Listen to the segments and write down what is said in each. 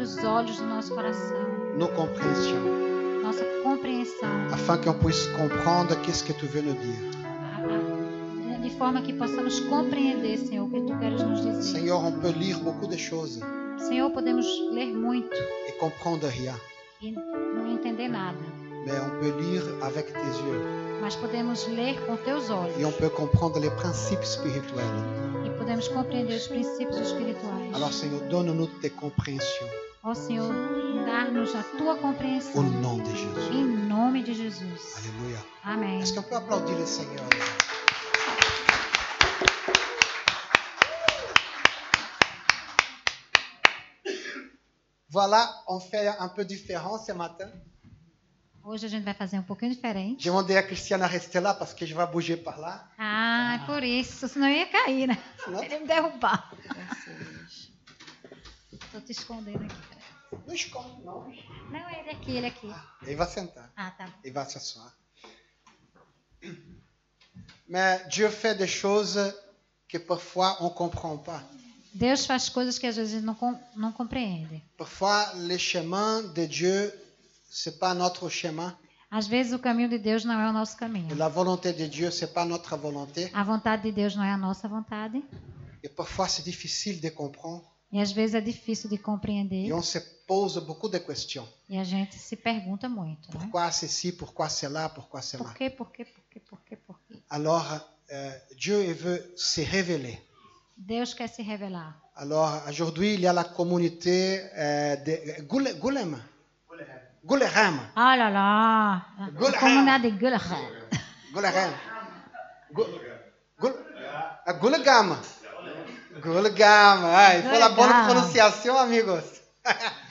os olhos do nosso coração, nos compréhensions, nossa compreensão, afin qu'on puisse comprendre qu'est-ce que tu veux nous dire. a- a- de forma que possamos compreender, Senhor, o que tu queres nos dizer. Seigneur, on peut lire beaucoup de choses Senhor, podemos ler muito et comprendre rien, e não entender nada, mais on peut lire avec tes yeux mas podemos ler com teus olhos et on peut comprendre les principes spirituels. e podemos compreender os princípios espirituais. Alors, Seigneur, donne-nous tes compréhensions Ó Senhor, dar-nos a tua compreensão. au nom de Jésus. Em nome de Jesus. Alléluia. Amém. Est-ce qu'on peut applaudir le Seigneur? Voilà, on fait un peu différent ce matin. Hoje a gente vai fazer um pouquinho diferente. J'ai demandé à Christiane de rester là parce que je vais bouger par là. Ah, é por isso. Senão eu ia cair, né? Senão- Ele ia me derrubar. Tô te escondendo aqui. Não esconde, não. Não, ele é aqui, ele aqui. Il va sentar. Ah, tá. bom. Il va s'asseoir. Mais Dieu fait des choses que parfois on ne comprend pas. Deus faz coisas que às vezes a gente não, com- não compreende. Parfois, les chemins de Dieu, ce n'est pas notre chemin. Às vezes o caminho de Deus não é o nosso Et caminho. la volonté de Dieu, ce n'est pas notre volonté. A vontade de Deus não é a nossa vontade. Et parfois, c'est difficile de comprendre. E às vezes é difícil de Et compreender. on se pose beaucoup de questions. E a gente se pergunta muito, né? Pourquoi ceci, pourquoi cela, pourquoi cela. Por quê, por quê, por quê, por quê, por quê? Alors, euh, Dieu il veut se révéler. Deus quer se revelar. Alors, aujourd'hui, il y a la communauté euh, de Goule- Goulem. Goulerem. Ah lá lá! Gulam. Comunidade Gulam. Goulerem. Gou- Goul- Ah, Goulegam. Goulegam. Ah, il faut la bonne Goulegam. prononciation, amigos.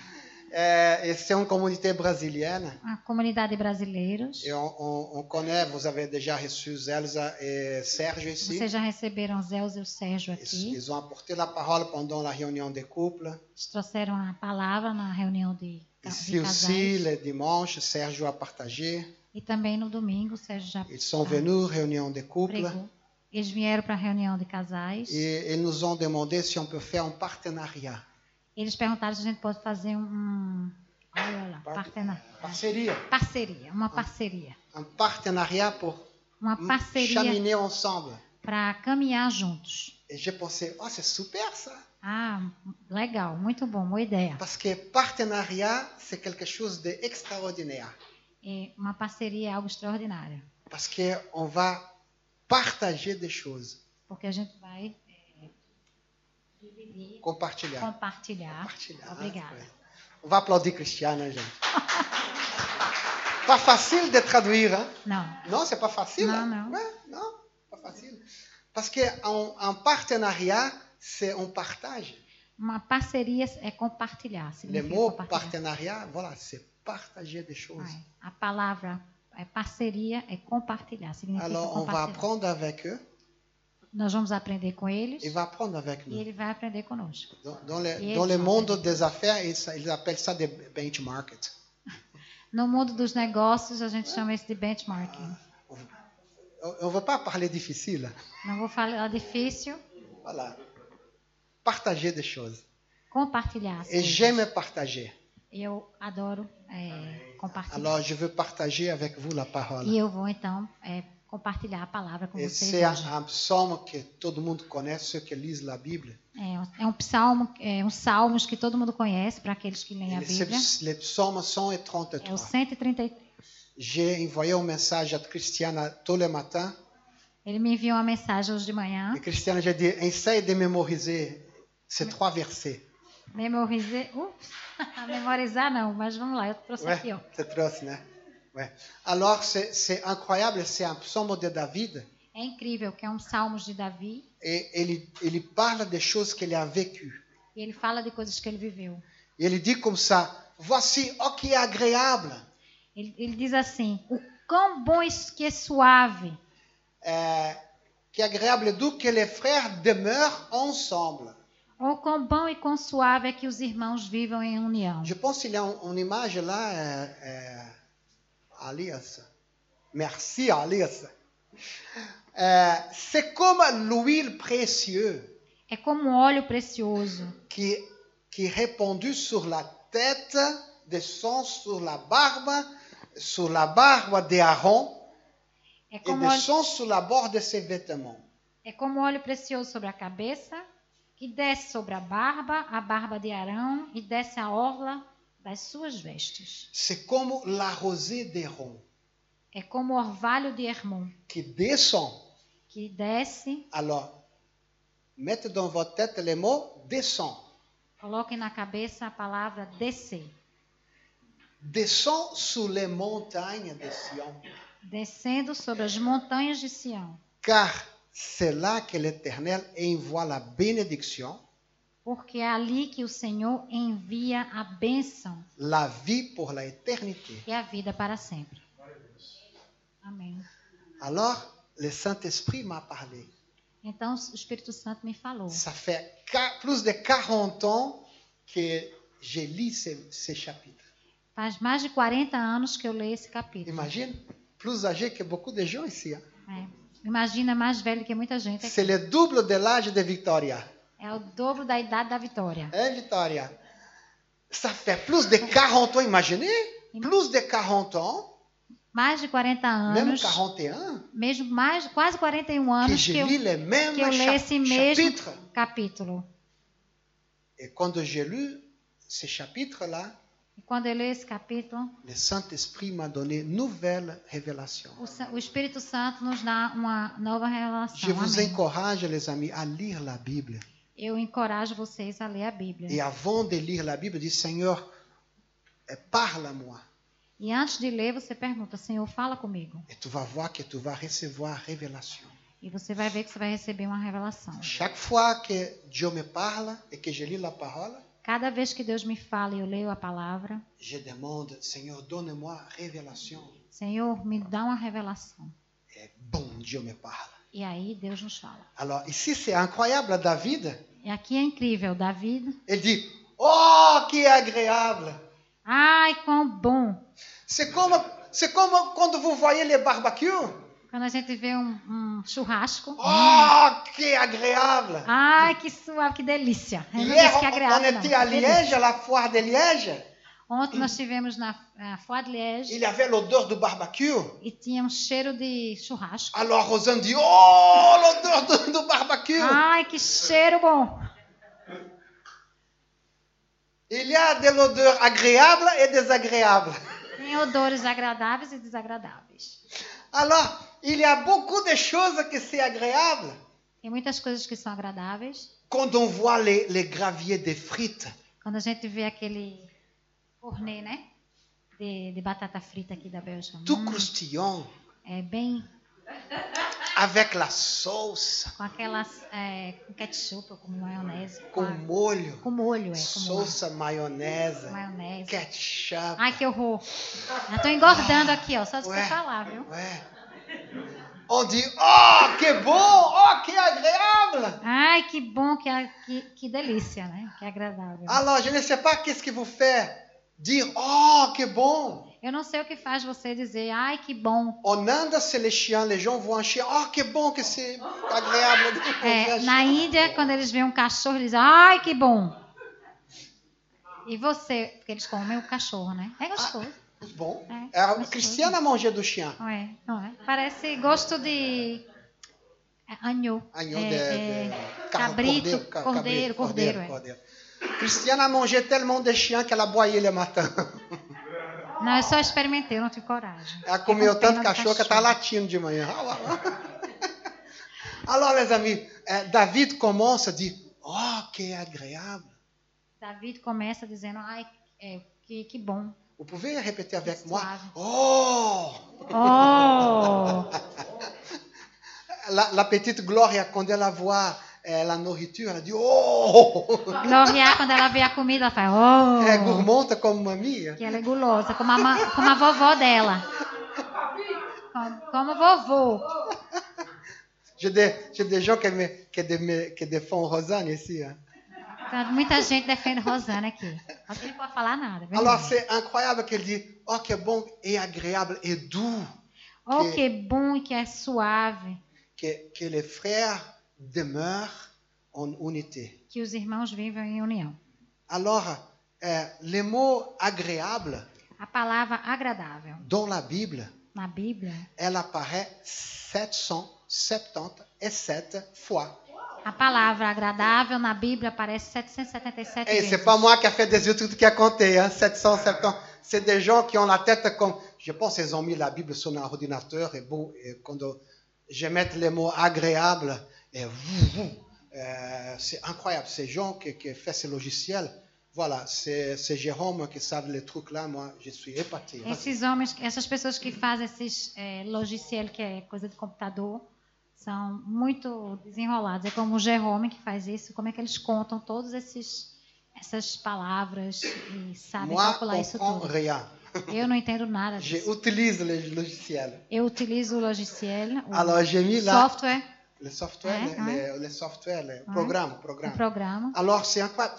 Euh, et c'est une communauté brésilienne. A Ah, comunidade brasileiros. Et on, on- on connaît, vous avez déjà reçu Elsa et Serge ici. Vocês já receberam Zelza e o Sérgio Ils, aqui. ils ont apporté la parole pendant la réunion des couples. Eles trouxeram a palavra na reunião de, ca- de Ici casais. aussi, le dimanche, Serge a partagé. E também no domingo o Sérgio já Ils sont venus, réunion des couples. pregou. Eles vieram para a reunião de casais. Et ils nous ont demandé si on peut faire un partenariat. Eles perguntaram se a gente pode fazer um... Olha lá, Par- Ah. partena- Parceria. parceria. Uma parceria. Un partenariat pour Uma m- parceria cheminer ensemble. para caminhar juntos. Et j'ai pensé, oh, c'est super ça. Ah, legal. Muito bom. Boa ideia. Parce que partenariat, c'est quelque chose d'extraordinaire. É, uma parceria é algo extraordinário, Parce qu'on va partager des choses, porque a gente vai é, dividir, compartilhar. compartilhar. Compartilhar. hein, Obrigada. On va applaudir Cristiane, gente. pas facile de traduire, hein? Não, Non, c'est pas facile. Non, hein? non. Ouais, non, pas facile. Parce qu'en en partenariat, c'est on partage. uma parceria é compartilhar. Le significa mot compartilhar. partenariat, voilà, c'est partager des choses. Ah, é. A palavra é parceria é compartilhar. Significa Alors, on va compartilhar. apprendre avec eux, Nós vamos aprender com eles il va apprendre avec e nous. ele vai aprender conosco. Dans, dans le, Et dans ils le vont monde apprendre. des affaires, ils, ils appellent ça des benchmark. No mundo dos negócios, a gente chama isso de benchmarking. On ne veut pas parler difficile. Não vou falar difícil, Voilà. Partager des choses. compartilhar. as Et coisas. j'aime partager. Eu adoro é, compartilhar. Alors, je veux partager avec vous la parole. E eu vou então é, compartilhar é a palavra com Et vocês. c'est hoje. un, un psaume que tout le monde connaît, ceux qui lisent la Bible. É, um- é um psalmo, é um salmos que todo mundo conhece para aqueles que leem a Et c'est Bíblia. le psaume É o 133. 133. J'ai envoyé un message à Christiana tous les matins. Ele me enviou uma mensagem hoje de manhã. Et Christiana, j'ai dit, essaye de mémoriser ces trois versets. Oh, Memorizar, ups, memorizar não, mas vamos lá, eu trouxe Ouais, aqui, ó. c'est atroce, hein? Ouais. Alors, c'est c'est incroyable, c'est un psaume de David. É incrível que é um salmos de Davi Et il, il parle des choses qu'il a vécues. e ele fala de coisas que ele viveu. Et il dit comme ça, voici, oh qui est agréable. Ele, ele diz assim: o quão bom isso que é suave, Euh, qui est agréable d'où que les frères demeurent ensemble. ou quão bom e quão suave é que os irmãos vivam em união. Je pense qu'il y a un- une image là, euh, euh, Alias. Merci, Alias. Euh, c'est comme l'huile précieuse É como um óleo precioso qui, qui est répandue sur la tête de sang sur la barbe, sur la barbe d'Aaron É et como, de óleo, sang sur la borne de ses vêtements. é como óleo precioso sobre a cabeça, que desce sobre a barba, a barba de Arão, e desce a orla das suas vestes. C'est comme la rosée d'Aaron É como o orvalho de Hermon, qui descend. que desce, Alors, mettez dans votre tête les mots descend. coloquem na cabeça a palavra descer. Descend sur les montagnes de Sion. Descendo sobre as montanhas de Sião, Car c'est là que l'Éternel envoie la bénédiction, porque é ali que o Senhor envia a bênção la vie pour l'éternité. e a vida para sempre. Amém. Alors, le Saint-Esprit m'a parlé. Então o Espírito Santo me falou. Ça fait qua- plus de 40 ans que je lis ces, ces chapitres. Faz mais de 40 anos que eu leio esse capítulo. Imagine, plus âgé que beaucoup de gens ici. hein. É. Imagina, é mais velho que muita gente. C'est le double de l'âge de Victoria. É o dobro da idade da Vitória. Hein, Victoria? Ça fait plus de 40 ans, imaginez? Plus de 40 ans, Mais de 40 même anos, 41, mesmo mais quase 41 que anos je que eu, lis les mêmes que eu leio cha- esse mesmo chapitres. capítulo. Et quand j'ai lu ces chapitres-là, E quando eu leio esse capítulo, le Saint-Esprit m'a donné une nouvelle révélation. o, Sa- o Espírito Santo nos dá uma nova Je revelação. vous Amém. encourage, les amis, à lire la Bible. Eu encorajo vocês a ler a Bíblia. Et avant de lire la Bible, dis Seigneur, eh, parle à moi. E antes de ler, você pergunta: Senhor, fala comigo. Et tu vas voir que tu vas recevoir révélation. E você vai ver que você vai receber uma revelação. Chaque fois que Dieu me parle et que je lis la parole, Cada vez que Deus me fala e eu leio a palavra, je demande, Seigneur, donne-moi révélation. Senhor, me dá uma revelação. Et bon, Dieu me parle. E aí Deus nos fala. Alors ici, c'est incroyable, David, E aqui é incrível, Davi. il dit, oh, qui agréable. Ai, quão bom! C'est comme, c'est comme quand vous voyez les barbecues. Quando a gente vê um, um churrasco. Oh, que agréable. Ah, Ai, que suave, que delícia. Eu não Hier, disse que é on agradável, não. était à Delícia. Liège, à la foire de Liège. Ontem nós estivemos na eh, Foix de Liège Il y avait l'odeur du barbecue. e tinha um cheiro de churrasco. Alors Rosanne dit, oh, l'odeur du, du barbecue. Ai, que cheiro bom! Il y a de l'odeur agréable et désagréable. Tem odores agradáveis e desagradáveis. Alors, il y a beaucoup de choses que c'est agréable. Tem muitas coisas que são agradáveis. Quand on voit les, les graviers de frites, Quando a gente vê aquele fornê, né? De, de batata frita aqui da Bélgica. tout Hum, croustillant, é bem avec la sauce, com aquelas. É, com ketchup ou com maionese. Com, com a- molho, com molho, é. Com molho, sauce maionese, com maionese. ketchup. Ai, que horror. Já tô engordando aqui, ó. Só de você Ué. falar, viu? Ouais. On dit, oh, que bon, oh, que agréable. Ai, que bom, que, a- que, que delícia, né? Que agradável. Alors, je ne sais né, pas qu'est-ce qui vous fait dire, oh, que bon. Eu não sei o que faz você dizer, ai, que bom. En Inde, c'est les chiens, les gens voient un chien, oh, que bon, que c'est agréable. É, na Índia, quando eles veem um cachorro, eles dizem, ai, que bom. E você, porque eles comem o cachorro, né? É gostoso, Bon. Eh, É, Alors, gostoso. Christiane a mangé do chien. não é? Não é? Parece gosto de é, anho. Agneau É, de- de- é, carro, cabrito, ca- cordeiro, cordeiro, é. cordeiro. Christiane a mangé tellement de chiens qu'elle a boié le matin. Não, eu só experimentei, eu não tive coragem. Fiquei Ela com comeu pena tanto do cachorro que tá latindo de manhã. Alors, les amis, eh, David commence a dire Oh, que agréable. David começa dizendo, ai, é, que, que bom. Vous pouvez répéter avec Suave. moi Oh Oh! la, la petite Gloria, quand elle voit eh, la nourriture, elle dit Oh Gloria, quando ela vê a comida, ela faz, oh! Elle est gourmande comme mamie. Que ela é gulosa, como a, ma- como a vovó dela. Como, como vovô. J'ai des, j'ai des gens qui, me, qui, me- qui défendent Rosanne ici. hein. Então, muita gente defende Rosana aqui. Mas ele não pode falar nada. viu? Alors, c'est incroyable qu'elle dit Oh, que bon et agréable et doux. Oh, que bom e que é suave que, que les frères demeurent en unité. que os irmãos vivam em união. Alors, euh, le mot agréable A palavra agradável dans la Bible, na Bíblia, elle apparaît 777 fois. a palavra agradável na Bíblia aparece 777 Et c'est vezes. pas moi qui a fait des études qui a compté, hein, 770. C'est des gens qui ont la tête comme, je pense qu'ils ont mis la Bible sur leur ordinateur et bon, et quand je mets les mots agréables et vous, vous, euh, c'est incroyable. Ces gens qui, qui font ces logiciels, voilà, c'est c'est Jérôme qui savent les trucs là. Moi, je suis épaté. Esses homens, essas pessoas que fazem esses é, logiciel, que é coisa de computador, são muito desenrolados. É como o Jerome que faz isso, como é que eles contam todos esses essas palavras e sabem Moi, calcular on isso comprend tudo. rien. Eu não entendo nada disso. J'utilise les logiciels. Eu utilizo o logiciel, o Alors, j'ai mis là software, le software, Ouais, les, ouais. les- les softwares, les Ouais. programmes, o programmes. programa, Alors, c'est incroyable.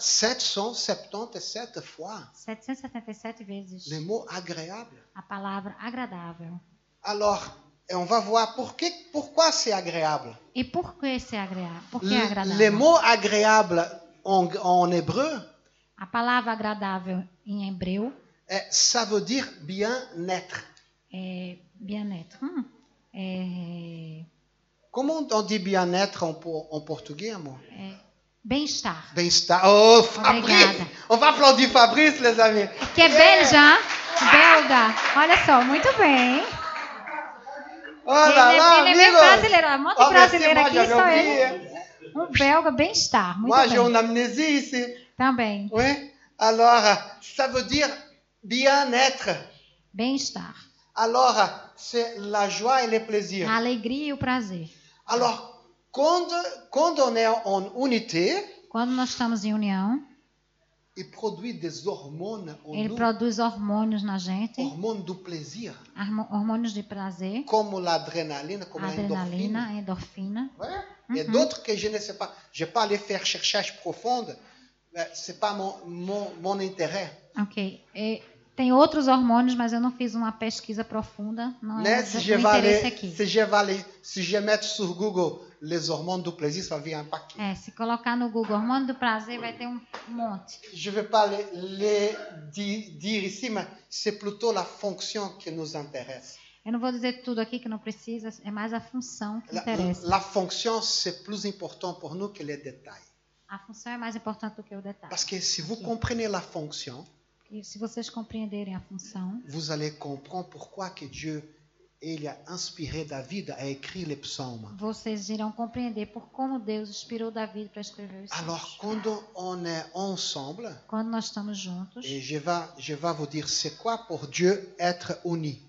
777 fois 777 vezes le mot agréable. a palavra agradável. Alors, et on va voir por que- pourquoi c'est agréable. E por que esse agra... por que é Le- Les agradável? mots agréables en, en hébreu, A palavra agradável em hebreu eh, ça veut dire bien-être. é bien-être. Hum. É, Comment on dit bien-être en, por- en portugais, moi é, Bem-estar. Bien-estar. Oh, Fabrice Obrigada. On va applaudir Fabrice, les amis. Que é belga, belga. Olha só, muito bem. Oh là là, ele, é- ele é bem amigos. brasileiro. Um monte de Oh, merci, brasileiro moi, aqui, j'avais só oublié. ele. Um belga, bem-estar. Muito Moi, j'ai bem. une amnésie ici. Também, Oui. Alors, euh, ça veut dire bien-être. bem-estar. Alors, euh, c'est la joie et le plaisir. A alegria e o prazer. Alors, quand, quand on est en unité, Quando nós estamos em união, il produit des hormones en ele nous, produz hormônios na gente, hormones du plaisir, hormo- hormônios de prazer, comme l'adrénaline, comme l'endorphine. adrenalina, endorfina. Ouais. Et Mhm. d'autres que je ne sais pas. Je vais pas aller faire cherchage profonde. mais C'est pas mon, mon, mon intérêt. Ok. E tem outros hormônios, mas eu não fiz uma pesquisa profunda. Não é Mais do- si do je, vais aller- interesse aqui. si je vais aller- si je mets sur Google les hormones du plaisir, ça vient un paquet. É, se colocar no Google hormônio do prazer, vai ter um monte. Je ne vais pas les, les di- dire ici, mais c'est plutôt la fonction qui nous intéresse. Eu não vou dizer tudo aqui que não precisa, é mais a função que La, interessa. la fonction, c'est plus important pour nous que les détails. A função é mais importante do que o detalhe. Parce que si vous comprenez la fonction, E se vocês compreenderem a função, vous allez comprendre pourquoi que Dieu il a inspiré David à écrire les psaumes. vocês irão compreender por como Deus inspirou Davi para escrever os Alors, salmos. quand on est ensemble, Quando nós estamos juntos, et je vais, je vais vous dire, c'est quoi pour Dieu être uni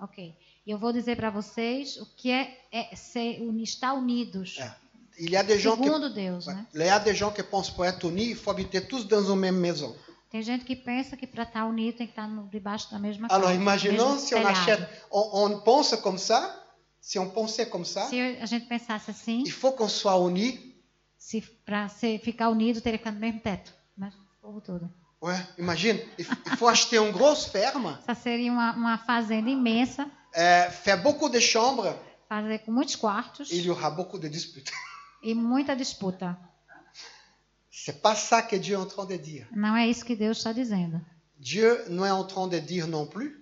ok. E eu vou dizer para vocês o que é, é ser uni, estar unidos. É. Il y a des gens qui, Segundo Deus, né? il y a des gens qui pensent pour être unis, il faut habiter tous dans une même maison. Tem gente que pensa que para estar unido tem que estar no- debaixo da mesma Alors do imaginons mesmo si on telhado. achète, on, on pense comme ça, si on pensait comme ça, Se a gente pensasse assim, il faut qu'on soit unis. se para ficar unido teria que ficar no mesmo teto, mas o povo todo. Ouais, imagine, il, f- il faut acheter une grosse ferme, Essa seria uma, uma fazenda imensa, euh, faire beaucoup de chambres, fazer com muitos quartos et il y aura beaucoup de disputes. e muita disputa. C'est pas ça que Dieu est en train de dire. Não é isso que Deus está dizendo. Dieu n'est en train de dire non plus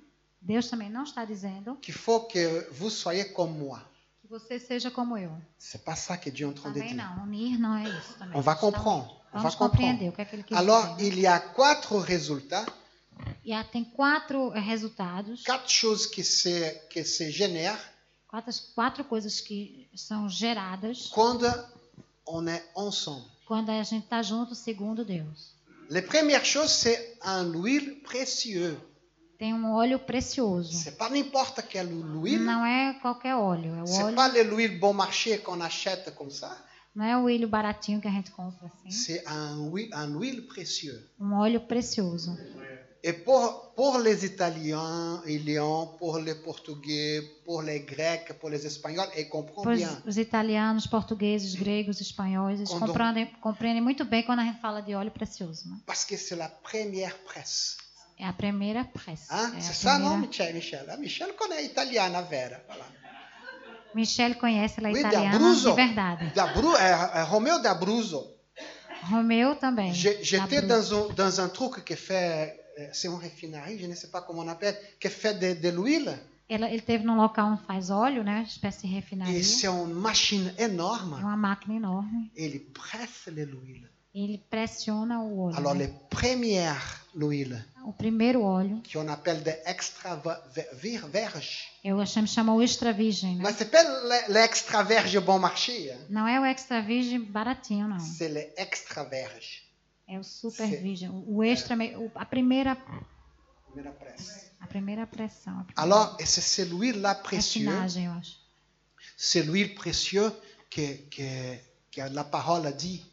Deus também não está dizendo qu'il faut que vous soyez comme moi. que você seja como eu. C'est pas ça que Dieu est en train de Também dire. não. Unir não é isso também. On va Então, comprendre. On va Vamos comprendre. compreender o que é que ele quis Alors, dizer. il y a quatre résultats, E há- tem quatro eh, resultados. quatre choses qui se, qui se génèrent Quatro, quatro coisas que são geradas quand on est ensemble. quando a gente está junto, segundo Deus. La première chose, c'est un huile précieux. Tem um óleo precioso. C'est pas n'importe quelle huile. Não é qualquer óleo, é o C'est óleo. pas l'huile bon marché qu'on achète comme ça. Não é o óleo baratinho que a gente compra assim. C'est un huile, un huile précieux. Um óleo precioso. Et pour, pour les Italiens, Ilions, pour les Portugais, pour les Grecs, pour les Espagnols, ils Por comprennent bien. os, os italianos, portugueses, gregos, espanhóis, eles Quando- compreendem, compreendem muito bem quando a gente fala de óleo precioso. Né? Parce que c'est la première presse. É a primeira pressa. Hein? é a c'est ça, non, primeira- Michel? Michel, Ah, Michel connaît italiana, Vera. Voilà. Michele conhece ela é Oui, italiana D'Abruzzo. de verdade. D'Abru- euh, euh, Romeo D'Abruzzo. Romeu também. J'ai- J'étais na Bru- dans un, dans un truc qui fait, euh, c'est une raffinerie, je ne sais pas comment on appelle, qui fait de, de l'huile. Ela- ele teve num local onde faz óleo, né? Espécie de Et refinaria. c'est une machine É énorme. uma máquina enorme. Et il presse de l'huile. Ele pressiona o óleo. Alors, né? les premières l'huile, O primeiro óleo, qu'on appelle des extra ve- vir- verges, eu chamo, chama o extra virgem, né? mais c'est pas le- l'extra verge bon marché, hein. Não é o extra virgem baratinho, não. c'est les extra verges. É o super Sim. virgem. O extra, me- o- a primeira, Première presse. a primeira pressão. A primeira Alors, et c'est c'est l'huile-là précieuse pressinagem, eu acho. C'est l'huile précieuse que, que, que la parole a dit.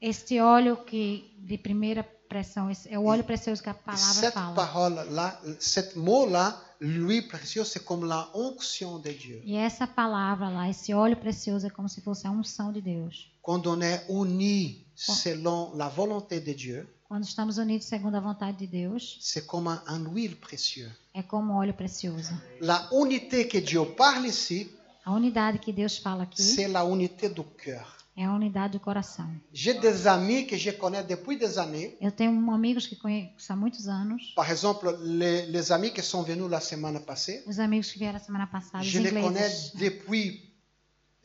Este óleo que de primeira pressão, esse é o óleo precioso que a Et palavra Cette fala. parole-là, cette mot-là, l'huile précieuse, c'est comme la onction de Dieu. E essa palavra lá, esse óleo precioso é como se fosse a unção de Deus. Quand on est uni selon la volonté de Dieu, Quando estamos unidos segundo a vontade de Deus, c'est comme un, un huile précieuse. é como óleo precioso. La unité que Dieu parle ici, A unidade que Deus fala aqui c'est la unité du cœur. é a unidade do coração. J'ai des amis que je connais depuis des années. Eu tenho um- amigos que conheço há muitos anos. Par exemple, les, les amis qui sont venus la semaine passée, Os amigos que vieram a semana passada, os je les connais ingleses. depuis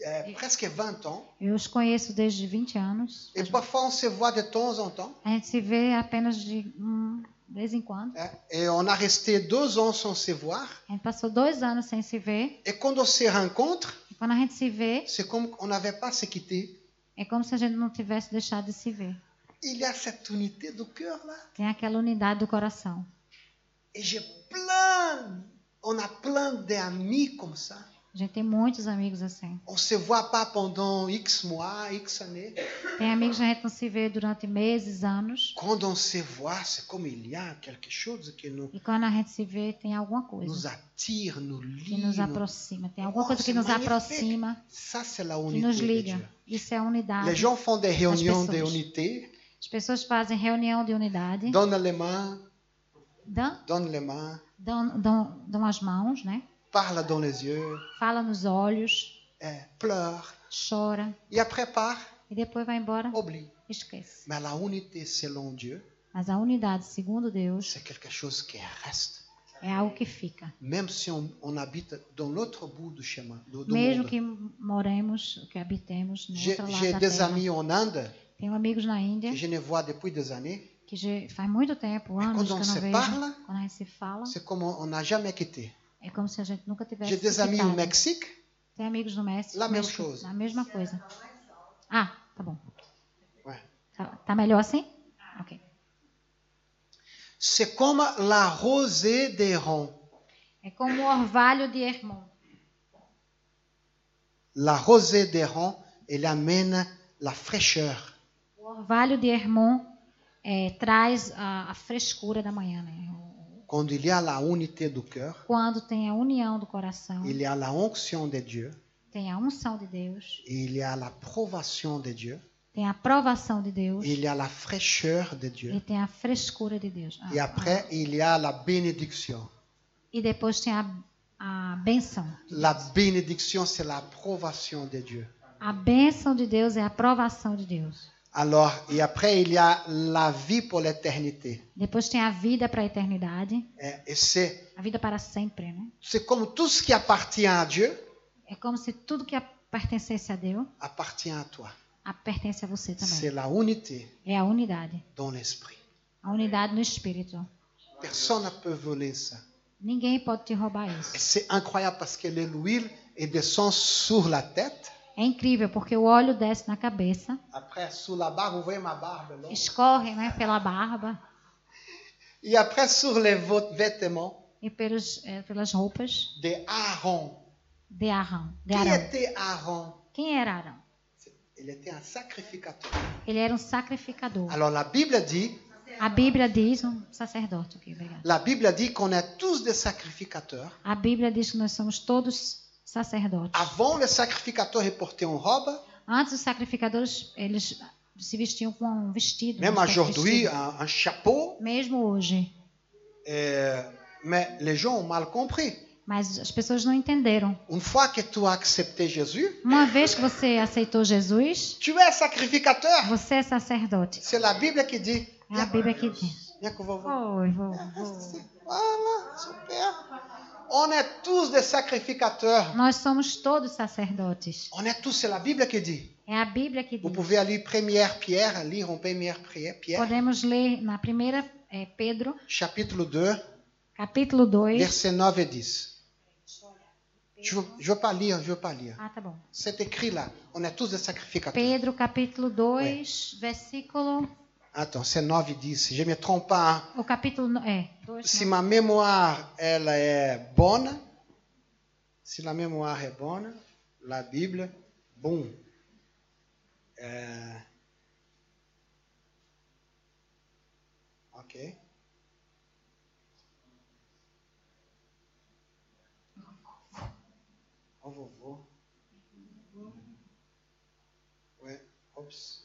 euh, presque 20 ans. Eu os conheço desde 20 anos. Et parfois, on se voit de temps en temps. A gente se vê apenas de hum, vez em quando. hein, Et on a resté deux ans sans se voir. A gente passou dois anos sem se ver. Et quand on se rencontre, E quando a gente se vê, c'est comme on n'avait pas se quitté. é como se a gente não tivesse deixado de se ver. Il y a cette unité du cœur là. Tem aquela unidade do coração. Et j'ai plein, on a plein d'amis comme ça. A gente tem muitos amigos assim. On se voit pas pendant X mois, X années. Tem amigos que a gente não se vê durante meses, anos. Quand on se voit, c'est comme il y a quelque chose qui nous, E quando a gente se vê, tem alguma nous coisa attire, nous que lie. nos nous- aproxima. Tem alguma coisa que Nossa, nos magnifique. aproxima, Ça, c'est la que nos unité de liga. Dieu. Isso é a Les unidade. gens font des réunions pessoas. d'unité. As pessoas fazem reunião de unidade, Donne les mains, dão, donne les mains, dão, dão, dão as mãos, né? parle dans les yeux, fala nos olhos, eh, pleure, chora et après part, e depois vai embora, oublie. esquece. Mais la unité selon Dieu, Mas a unidade, segundo Deus, c'est quelque chose qui reste, é algo que fica. même si on, on habite dans l'autre bout du chemin. du- du Mesmo monde. que moremos, que habitemos no J'ai outro j'ai lado da des terra. amis en Inde Tenho amigos na Índia que je ne vois depuis des années. que já faz muito tempo, Et anos quando que eu on não se vejo. parla, Quando a gente se um fala, c'est comme on on n'a jamais quitté. é como se a gente nunca tivesse J'ai des se amis au quitado. Mexique. Tem amigos no México, La même México, chose. a mesma né? coisa. Ah, tá bom. Ouais. Tá, tá melhor assim? Ok. C'est comme la rosée d'Aaron. É como o orvalho de Hermon. La rosée d'Aaron, elle amène la fraîcheur. O orvalho de Hermon eh, traz a, a frescura da manhã, né? O- Quand il y a la unité du cœur, Quando tem a união do coração, Il y a la onction de Dieu, tem a unção de Deus, il y a l'approbation de Dieu, tem a aprovação de Deus il y a la fraîcheur de Dieu, e tem a frescura de Deus. Ah, et après il y a la bénédiction. ah, e depois tem a, a benção. La bénédiction, c'est l'approbation de Dieu. A benção de Deus é a aprovação de Deus. Alors, et après il y a la vie pour l'éternité. Depois tem a vida para a eternidade, Et et c'est, a vida para sempre, né? c'est comme tout ce qui appartient à Dieu É como se tudo que a- pertencesse a Deus appartient à toi. a pertence a você C'est também. la unité É a unidade, dans l'esprit. a unidade no espírito. Personne ne peut voler ça. Ninguém pode te roubar Et isso. c'est incroyable parce que l'huile elle descend sur la tête. É incrível porque o óleo desce na cabeça, Après, sous la barbe, vous voyez ma barbe. là? escorre né, pela barba Et après, sur les vêt- vêtements e pelos, eh, pelas roupas de Aaron. de Arão. De Qui Arão. était Aaron Quem era Arão? Il était un sacrificateur. Ele era um sacrificador. Alors, la Bible dit, A Bíblia diz um sacerdote aqui, obrigado. la Bible dit qu'on est tous des sacrificateurs. A Bíblia diz que nós somos todos sacerdotes. Avant, le sacrificateur il portait une robe. Antes os sacrificadores eles se vestiam com um vestido. Même uma espécie de aujourd'hui, vestido. un, un chapeau. Mesmo hoje. Euh, mais les gens ont mal compris. Mas as pessoas não entenderam. Une fois que tu as accepté Jésus, Uma vez que você aceitou Jesus, tu es sacrificateur. você é sacerdote. C'est la Bible qui dit. É a Bíblia que diz. Viens qu'on va voir. Foi, vou, vou. Voilà, super. On est tous des sacrificateurs. Nós somos todos sacerdotes. On est tous, c'est la Bible qui dit. É a Bíblia que Vous diz. pouvez aller première Pierre, lire en première Pierre, Pierre Podemos ler na primeira é, Pedro, chapitre 2, capítulo 2. versets 9 et 10. Je ne veux, je veux pas lire, je veux pas lire. Ah, tá bom. C'est écrit là. On est tous des sacrificateurs. Pedro, capítulo 2, versículo. Attends, c'est 9 et 10. Je me trompe pas. hein. O capítulo. no- É, dois, Si não. ma mémoire, elle est bonne, si la mémoire est bonne, la Bible, bon. Euh, ok. Au revoir. Ouais, oups.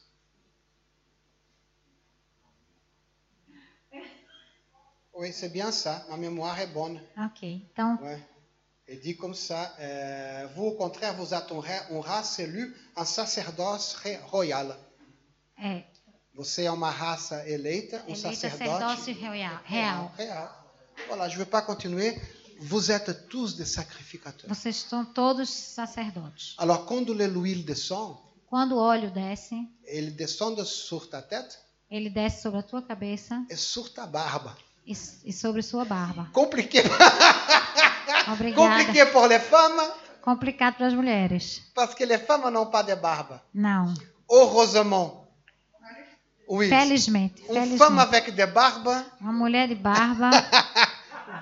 Oui, c'est bien ça. Ma mémoire est bonne. Ok. Então, Ouais. Et dit comme ça, euh, vous au contraire, vous êtes un ra- un race élue, un sacerdoce ré- royal. é. Você é uma raça eleita, um Ele é sacerdote sacerdócio real. real. real. hein. Voilà, je ne veux pas continuer. Vous êtes tous des sacrificateurs. Vocês são todos sacerdotes. Alors, quand le- l'huile descend, Quando o óleo desce, elle descend sur ta tête ele desce sobre a tua cabeça et sur ta barbe. e, e sobre sua barba. Compliqué, Obrigada. compliqué pour les femmes, Complicado para as mulheres. parce que les femmes n'ont pas de barbe. Não. Heureusement. Oui. Felizmente. Une femme Felizmente. avec des barbes, Uma mulher de barba.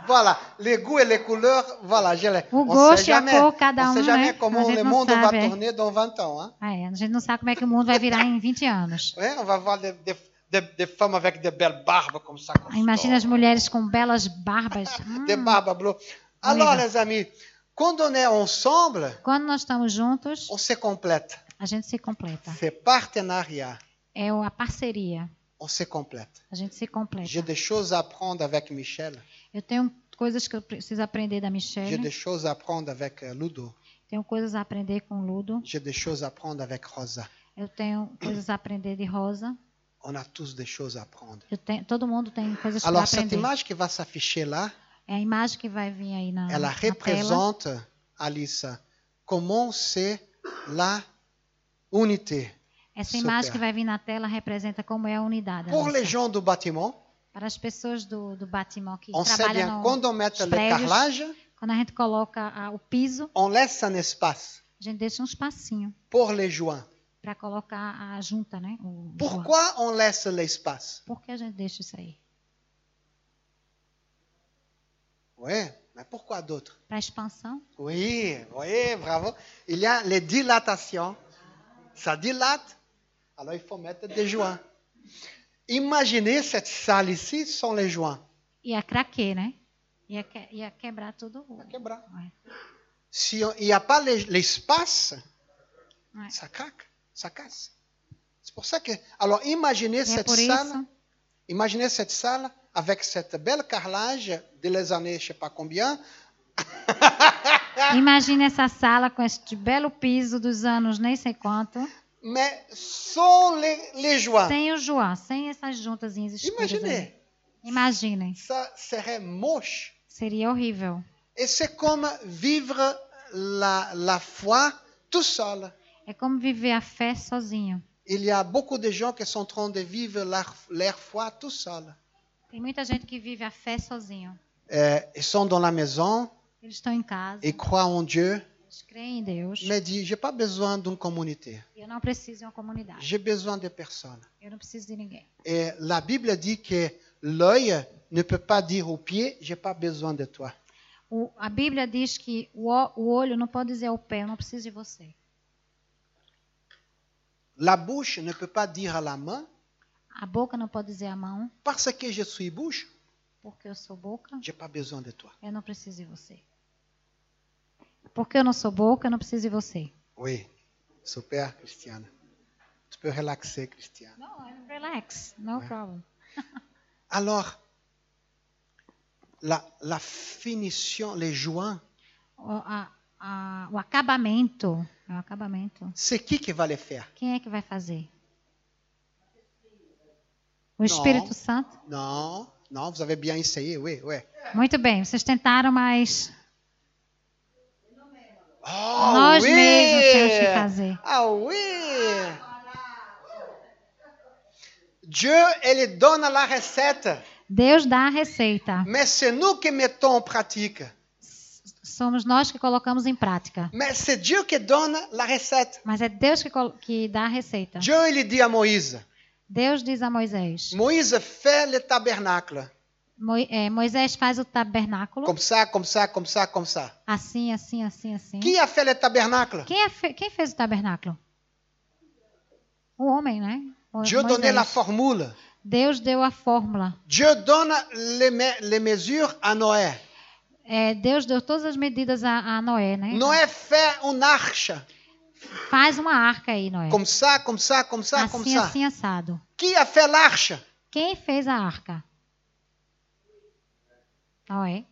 voilà, les goûts et les couleurs, voilà, je les. O on gosto sait e a jamais, cor, cada on sait um, jamais né? A comment gente le não monde sabe, va é. tourner dans 20 ans. Hein? É, a gente não sabe como é que o mundo vai virar em 20 anos. Ouais, on va voir des, des- des- des femmes avec des belles barbes comme ça. comme Imagina as ça. mulheres com belas barbas. Hum. Des barbes bleues. Alors, Amiga. les amis, quand on est ensemble, Quando nós estamos juntos, on se complète. a gente se completa. C'est partenariat. É a parceria. On se complète. A gente se completa. J'ai des choses à apprendre avec Michel. Eu tenho coisas que eu preciso aprender da J'ai des Michelle. choses à apprendre avec euh, Ludo. Tenho coisas a aprender com o Ludo. J'ai des choses à apprendre avec Rosa. Eu tenho coisas a aprender de Rosa. On a tous des choses à apprendre. Eu tenho, todo mundo tem coisas para Alors, cette aprender. image qui va s'afficher là, É a imagem que vai vir aí na, elle na tela. représente, Alissa, comment c'est la unité. Essa Super. imagem que vai vir na tela representa como é a unidade. Pour Alissa. les gens du bâtiment, Para as pessoas do, do bâtiment que on sait trabalham bien, no, quand on met le prédios. carrelage, quando a gente coloca a- o piso, on laisse un espace a gente deixa um espacinho pour les joints. para colocar a junta, né? O, o- Pourquoi on laisse l'espace Por que a gente deixa isso aí? Oui, mais pourquoi d'autres Para expansão? Oui, oui, bravo. Il y a les dilatations. Ça dilate, alors il faut mettre des joints. Imaginez cette salle ici sans les joints. Ia craquer, né? Ia, que, ia quebrar tudo. o- é. Ça quebra. Ouais. Si on- il n'y a pas les- l'espace, Ouais. ça craque, ça casse. C'est pour ça que. Alors imaginez E é cette por salle, isso, imaginez cette salle avec cette belle carrelage des années, je sais pas combien. imagine essa sala com este belo piso dos anos nem sei quanto, Mais sans les, les joints. sem o João, sem essas juntazinhas escuras. Imaginez, ali. Imaginem, ça serait moche. seria horrível. Et c'est comme vivre la, la foi tout seul. É como viver a fé sozinho. Il y a beaucoup de gens qui sont en train de vivre leur, leur foi tout seul. Tem muita gente que vive a fé sozinho. Euh, ils sont dans la maison, Eles estão em casa, ils croient en Dieu, eles creem em Deus. mais disent, j'ai pas besoin d'une communauté, Eu não preciso de uma comunidade. j'ai besoin de personnes. Eu não preciso de ninguém. Et la Bible dit que l'œil ne peut pas dire aux pieds, j'ai pas besoin de toi. O- a Bíblia diz que o, ó- o olho não pode dizer ao pé, eu não preciso de você. La bouche ne peut pas dire à la main, A boca não pode dizer à mão, parce que je suis bouche, porque eu sou boca, j'ai pas besoin de toi. eu não preciso de você. Porque eu não sou boca, eu não preciso de você. Oui, super, Christiane. Tu peux relaxer, Christiane. Não, relax, no problem. Alors, la, la finition, les joints, o, a- a- o acabamento. É o acabamento. C'est qui qui va les faire Quem é que vai fazer? O Não. Espírito Santo? Non, non, vous avez bien essayé, oui, oui. Muito bem, vocês tentaram, mas Oh, nós mesmos temos que fazer. Ah oui Dieu, il donne la recette, Deus dá a receita. mais c'est nous qui mettons en pratique. Somos nós que colocamos em prática. Mais c'est Dieu qui donne la recette. Mas é Deus que, colo- que dá a receita. Dieu, il dit à Moïse, Deus diz a Moisés: Moïse fait le tabernacle, Moi- é, Moisés faz o tabernáculo. comme ça, comme ça, comme ça, comme ça. Assim, assim, assim, assim. Qui a fait le tabernacle Quem, é fe- quem fez o tabernáculo? O homem, né? Mo- Dieu Moisés. donnait la formule. Deus deu a fórmula. Dieu donne les, me- les mesures à Noé. Hein? É, Deus deu todas as medidas a, a Noé, né? Noé fait une arche, Faz uma arca aí, Noé. comme ça, comme ça, comme ça, comme assim, ça. assim, assado. Qui a fait l'arche Quem fez a arca? Noé.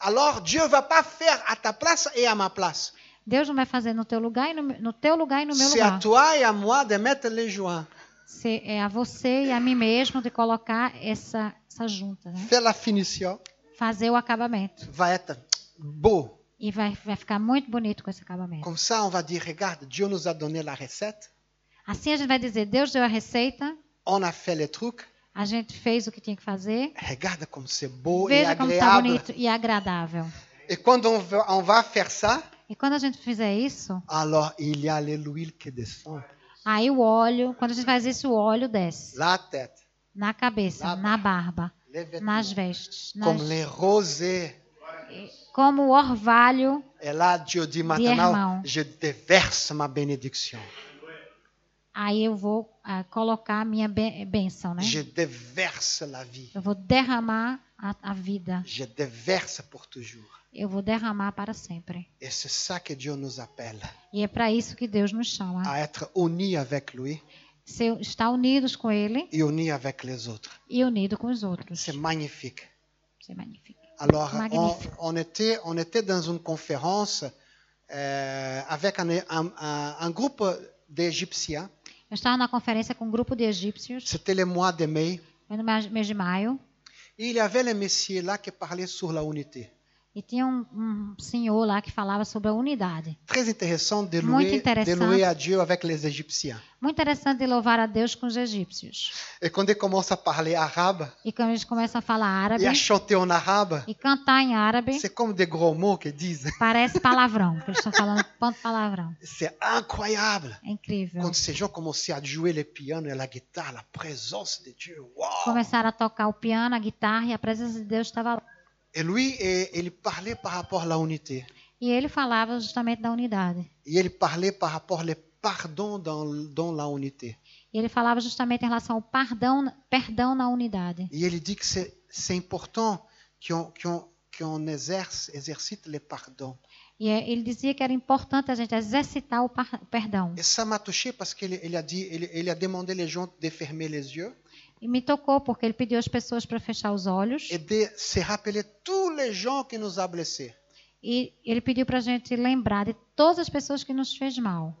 Alors Dieu va pas faire à ta place et à ma place. Deus não vai fazer no teu lugar e no, me- no teu lugar e no meu C'est à lugar. toi et à moi de mettre les joints. Se- é a você e a mim mesmo de colocar essa, essa junta, né? Faire la finition Fazer o acabamento. va être beau. E vai, vai ficar muito bonito com esse acabamento. Comme ça, on va dire, regarde, Dieu nous a donné la recette. Assim a gente vai dizer, Deus deu a receita, On a fait les trucs. a gente fez o que tinha que fazer. Regarde comme c'est beau et Veja como está agréable. bonito e agradável. Et quand on va, on va faire ça, E quando a gente fizer isso, alors il y a l'huile qui descend. aí o óleo, quando a gente faz isso, o óleo desce. La tête, Na cabeça, na barba, les vêtements, nas vestes. comme Nas, les rosées. como o orvalho Et là, Dieu dit maintenant, Diezmão. je déverse ma bénédiction. aí eu vou ah, colocar a minha ben- bênção, né? Je déverse la vie. Eu vou derramar a, a vida. Je déverse pour toujours. Eu vou derramar para sempre. Et c'est ça que Dieu nous appelle, E é para isso que Deus nos chama. à être unis avec lui Se estar unidos com Ele et unis avec les autres. e unido com os outros. C'est magnifique. Isso é magnífico. Alors, on, Magnifique. on était, on était dans une conférence euh, avec un, un- un- un groupe d'Égyptiens. Eu estava na conferência com um grupo de egípcios, C'était le mois de mai. foi no mês mês de maio, Et il y avait le Messie là qui parlait sur la unité. e tinha um, um senhor lá que falava sobre a unidade. Très intéressant de Muito louer, de interessante. louer à Dieu avec les Égyptiens. Muito interessante de louvar a Deus com os egípcios. Et quand ils commencent à parler arabe E quando eles começam a falar árabe et à chanter en arabe, e cantar em árabe, c'est comme des gros mots qu'ils disent. parece palavrão, porque eles estão falando tanto palavrão. C'est incroyable. É incrível. Quand ces gens commençaient à jouer le piano et la guitare, la présence de Dieu, wow! Começaram a tocar o piano, a guitarra, e a presença de Deus estava lá. Et lui, eh, il parlait par rapport à la unité. E ele falava justamente da unidade. Et il parlait par rapport au pardon dans, dans la unité. E ele falava justamente em relação ao pardão, perdão na unidade. Et il dit que c'est c'est important qu'on qu'on- qu'on exerce, exercite le pardon. E é, ele dizia que era importante a gente exercitar o par- o perdão. Et ça m'a touché parce qu'il il a, dit- il- il a demandé les gens de fermer les yeux E me tocou porque ele pediu às pessoas para fechar os olhos et de se rappeler tous les gens qui nous ont blessés. e ele pediu para a gente lembrar de todas as pessoas que nos fez mal.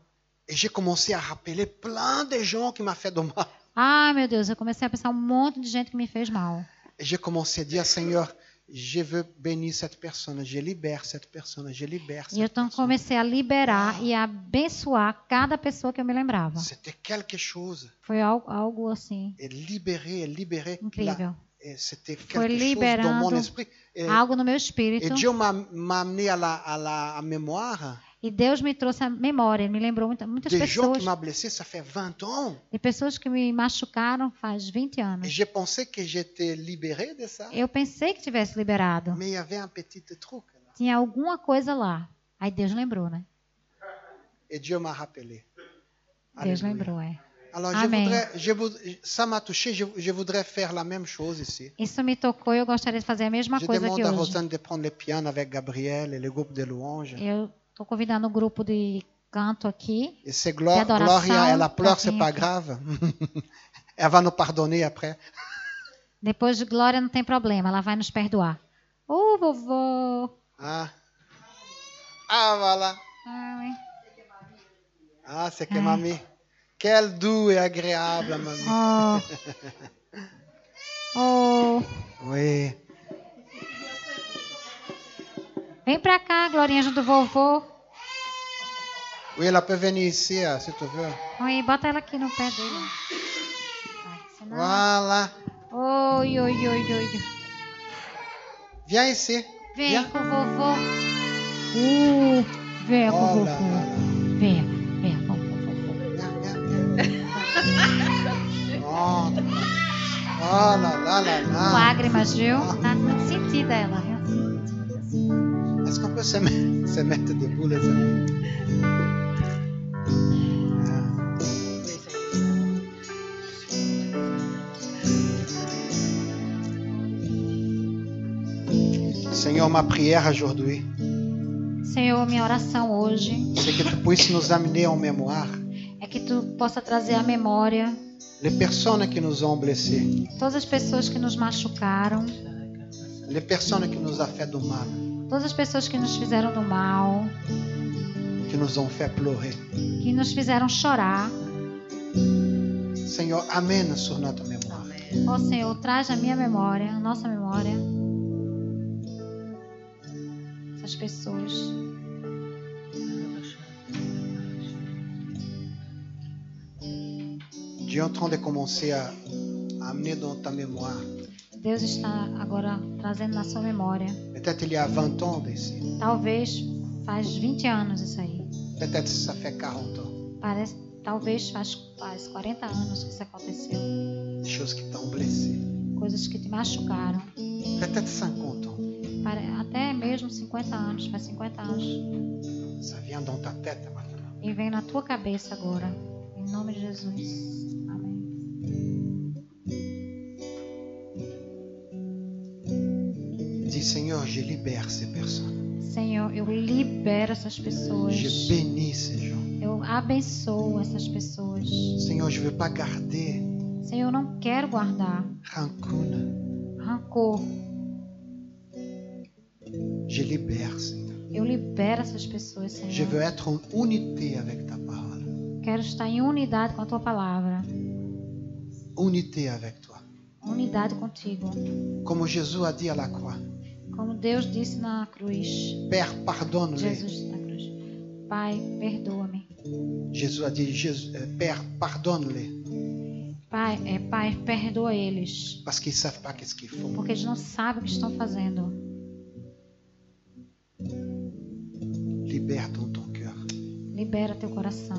Et j'ai commencé à rappeler plein de gens qui m'ont fait de mal. Ah, meu Deus, eu comecei a pensar um monte de gente que me fez mal. Et j'ai commencé à dire, Seigneur, je veux bénir cette personne, je libère cette personne, je libère E eu cette então personne. comecei a liberar e a abençoar cada pessoa que eu me lembrava. C'était quelque chose. Foi algo, algo assim Et libérer, et libérer. la- incrível. et C'était Foi quelque chose dans mon liberando esprit. Et, Algo no meu et espírito. Dieu m'a m'a amené à la, à la à mémoire E Deus me trouxe a memória, ele me lembrou muita- muitas des gens pessoas, qui m'ont blessé, ça fait 20 ans. de pessoas que me machucaram faz 20 Et anos. j'ai pensé que j'étais libéré É de um ça. Eu pensei que tivesse liberado. Mais il y avait un petit truc. là. Tinha alguma coisa lá. Aí Deus lembrou, né? Et Dieu m'a rappelé. Deus Alléluia. lembrou, é. Alors, je Amen. voudrais, je voud- ça m'a touché, je, je voudrais faire la même chose ici. Isso me tocou e eu gostaria de fazer a mesma Je coisa aqui demande à hoje. Rosanne de prendre le piano avec Gabriel et le groupe de louanges. Eu tô convidando o grupo de canto aqui. Et c'est Glo- L'adoration, Gloria, elle a pleure, la c'est pas prière. grave. elle va nous pardonner après. Depois de Glória não tem problema, ela vai nos perdoar. Ô, vovô! Hein? Ah, voilà. Ah, oui. Ah, Ah. c'est que mamie. Quel doux et agréable, mamie. Oh. Oh. Oui. Vem pra cá, Glorinha, junto do vovô. Oui, elle peut venir ici, euh, si tu veux. Oi, bota ela aqui no pé dele. Vai, senão- Voilà. Oi, oi, oi, oi. Viens ici. Vem Viens. com o vovô. Uh, vem com o Oh là vovô. Vem, vem com o vovô. là là. Viens, viens, viens. Oh. Oh là là là là. Lágrimas, viu? Tá muito sentida ela, viu? Est-ce qu'on peut se, met- se mettre debout, les amis? Seigneur, ma prière aujourd'hui, Senhor, minha oração hoje c'est que tu puisses nous amener en mémoire é que tu possa trazer à memória les personnes qui nous ont blessés, todas as pessoas que nos machucaram, les personnes qui nous ont fait du mal, todas as pessoas que nos fizeram do mal, qui nous ont fait um pleurer. que nos fizeram chorar. Seigneur, amène sur notre mémoire. Ó Senhor, traz à minha memória, à nossa memória, essas pessoas. Dieu est en train de commencer à, à amener dans ta mémoire. Deus está agora trazendo na sua memória. Peut-être il y a 20 ans d'ici, Talvez faz 20 anos isso aí. peut-être ça fait 40 ans, Parece, talvez faz, faz 40 anos que isso aconteceu. des choses qui t'ont blessé, Coisas que te machucaram. peut-être 50 ans. Pare- Até mesmo 50 anos, faz 50 anos. Ça vient dans ta tête maintenant. E vem na tua cabeça agora. Em nome de Jesus. Amém. Dis Seigneur, je libère ces personnes. Senhor, eu libero essas pessoas. Je bénis ces gens. Eu abençoo essas pessoas. Seigneur, je ne veux pas garder Senhor, eu não quero guardar rancune. rancor. Je libère, Seigneur. Eu libero essas pessoas, Senhor. Je veux être en unité avec ta parole. Quero estar em unidade com a tua palavra. Unité avec toi. Unidade contigo. Comme Jésus a dit à la croix, Como Deus disse na cruz. Père, pardonne-les. Jesus na cruz. Pai, perdoa-me. Jésus a dit, Jésus- euh, Père, pardonne-les. Pai, é, pai, perdoa eles. parce qu'ils ne savent pas qu'est-ce qu'ils font. Porque eles não sabem o que estão fazendo. Libère dans ton cœur. Libera teu coração.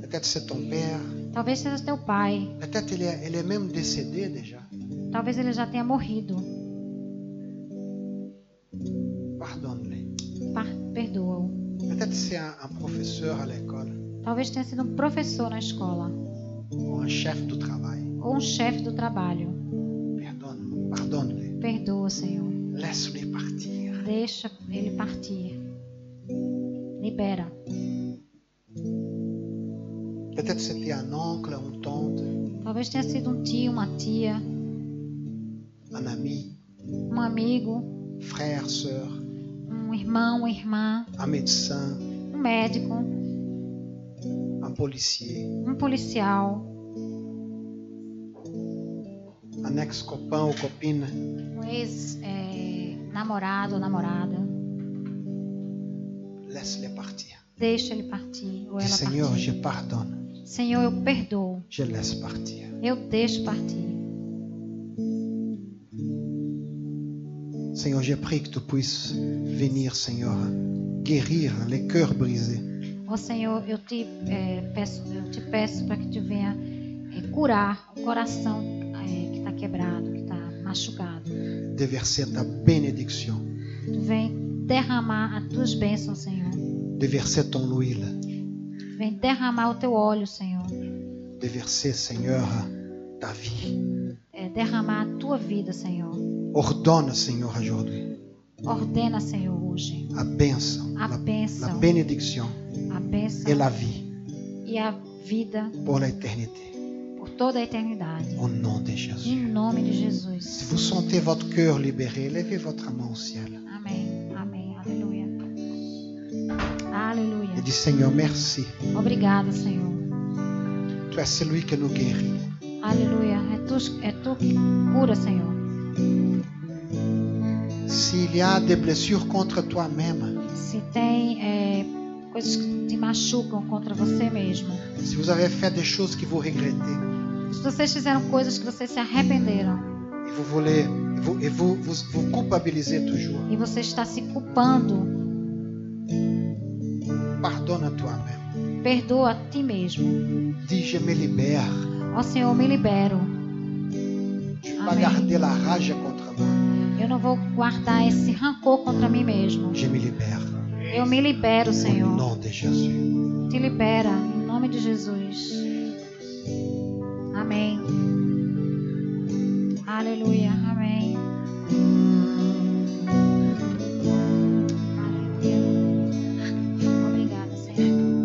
Peut-être c'est ton père, Talvez seja teu pai. peut-être il est, il est même décédé déjà. Talvez ele já tenha morrido. Pardonne-les. Par- Perdoa-o. Peut-être c'est un, un professeur à l'école Talvez tenha sido um professor na escola. ou un chef de travail. ou um chefe do trabalho. Pardonne, pardonne-les. Perdoa, Senhor. Laisse-les partir. Deixa ele partir. Libera. Peut-être c'était un oncle, une tante, Talvez tenha sido um tio, uma tia, un ami, um amigo, frère, sœur, um irmão, uma irmã, un médecin, um médico, un policier, um policial, un ex-copain ou copine. um ex-namorado ou namorada. Laisse-les partir. Deixa ele partir ou Dis, ela Seigneur, partir. je pardonne. Senhor, eu perdoo. Je laisse partir. Eu deixo partir. Seigneur, je prie que tu puisses venir, Seigneur, guérir les cœurs brisés, Ó Senhor, eu te eh, peço, eu te peço para que tu venha eh, curar o coração eh, que está quebrado, que está machucado. déverser ta bénédiction, Tu vem derramar as tuas bênçãos, Senhor. déverser ton huile, Tu vem derramar o teu óleo, Senhor. déverser, Seigneur, ta vie. É, derramar a tua vida, Senhor. Ordonne, Seigneur, aujourd'hui, Ordena, Senhor, hoje la benção, a la, la bênção, bénédiction a et bênção la vie e a vida pour l'éternité, por toda a eternidade. au nom de Em Jésus. nome de Jesus. Si vous sentez votre cœur libéré, levez votre main au ciel. Amém. Amém. Aleluia. Alléluia. et dis Seigneur, merci. Obrigada, Senhor. Tu es celui que nous guérit. Aleluia. É tu, é tu que cura, Senhor. S'il y a des blessures contre toi-même, Se tem é, coisas que te machucam contra você mesmo, si vous avez fait des choses que vous regrettez, se vocês fizeram coisas que vocês se arrependeram et vous voulez, et vous, et vous, vous, vous culpabilisez toujours, e você está se culpando, pardonne à toi-même. perdoa a ti mesmo. Dis, je me libère. Ó Senhor, me libero. Je ne vais pas Amen. garder la rage contre moi. Eu não vou guardar esse rancor contra mim mesmo. Je me libère. Eu me libero, Au Senhor. nom de Jésus. Te libera, em nome de Jesus. Amém. Aleluia, amém.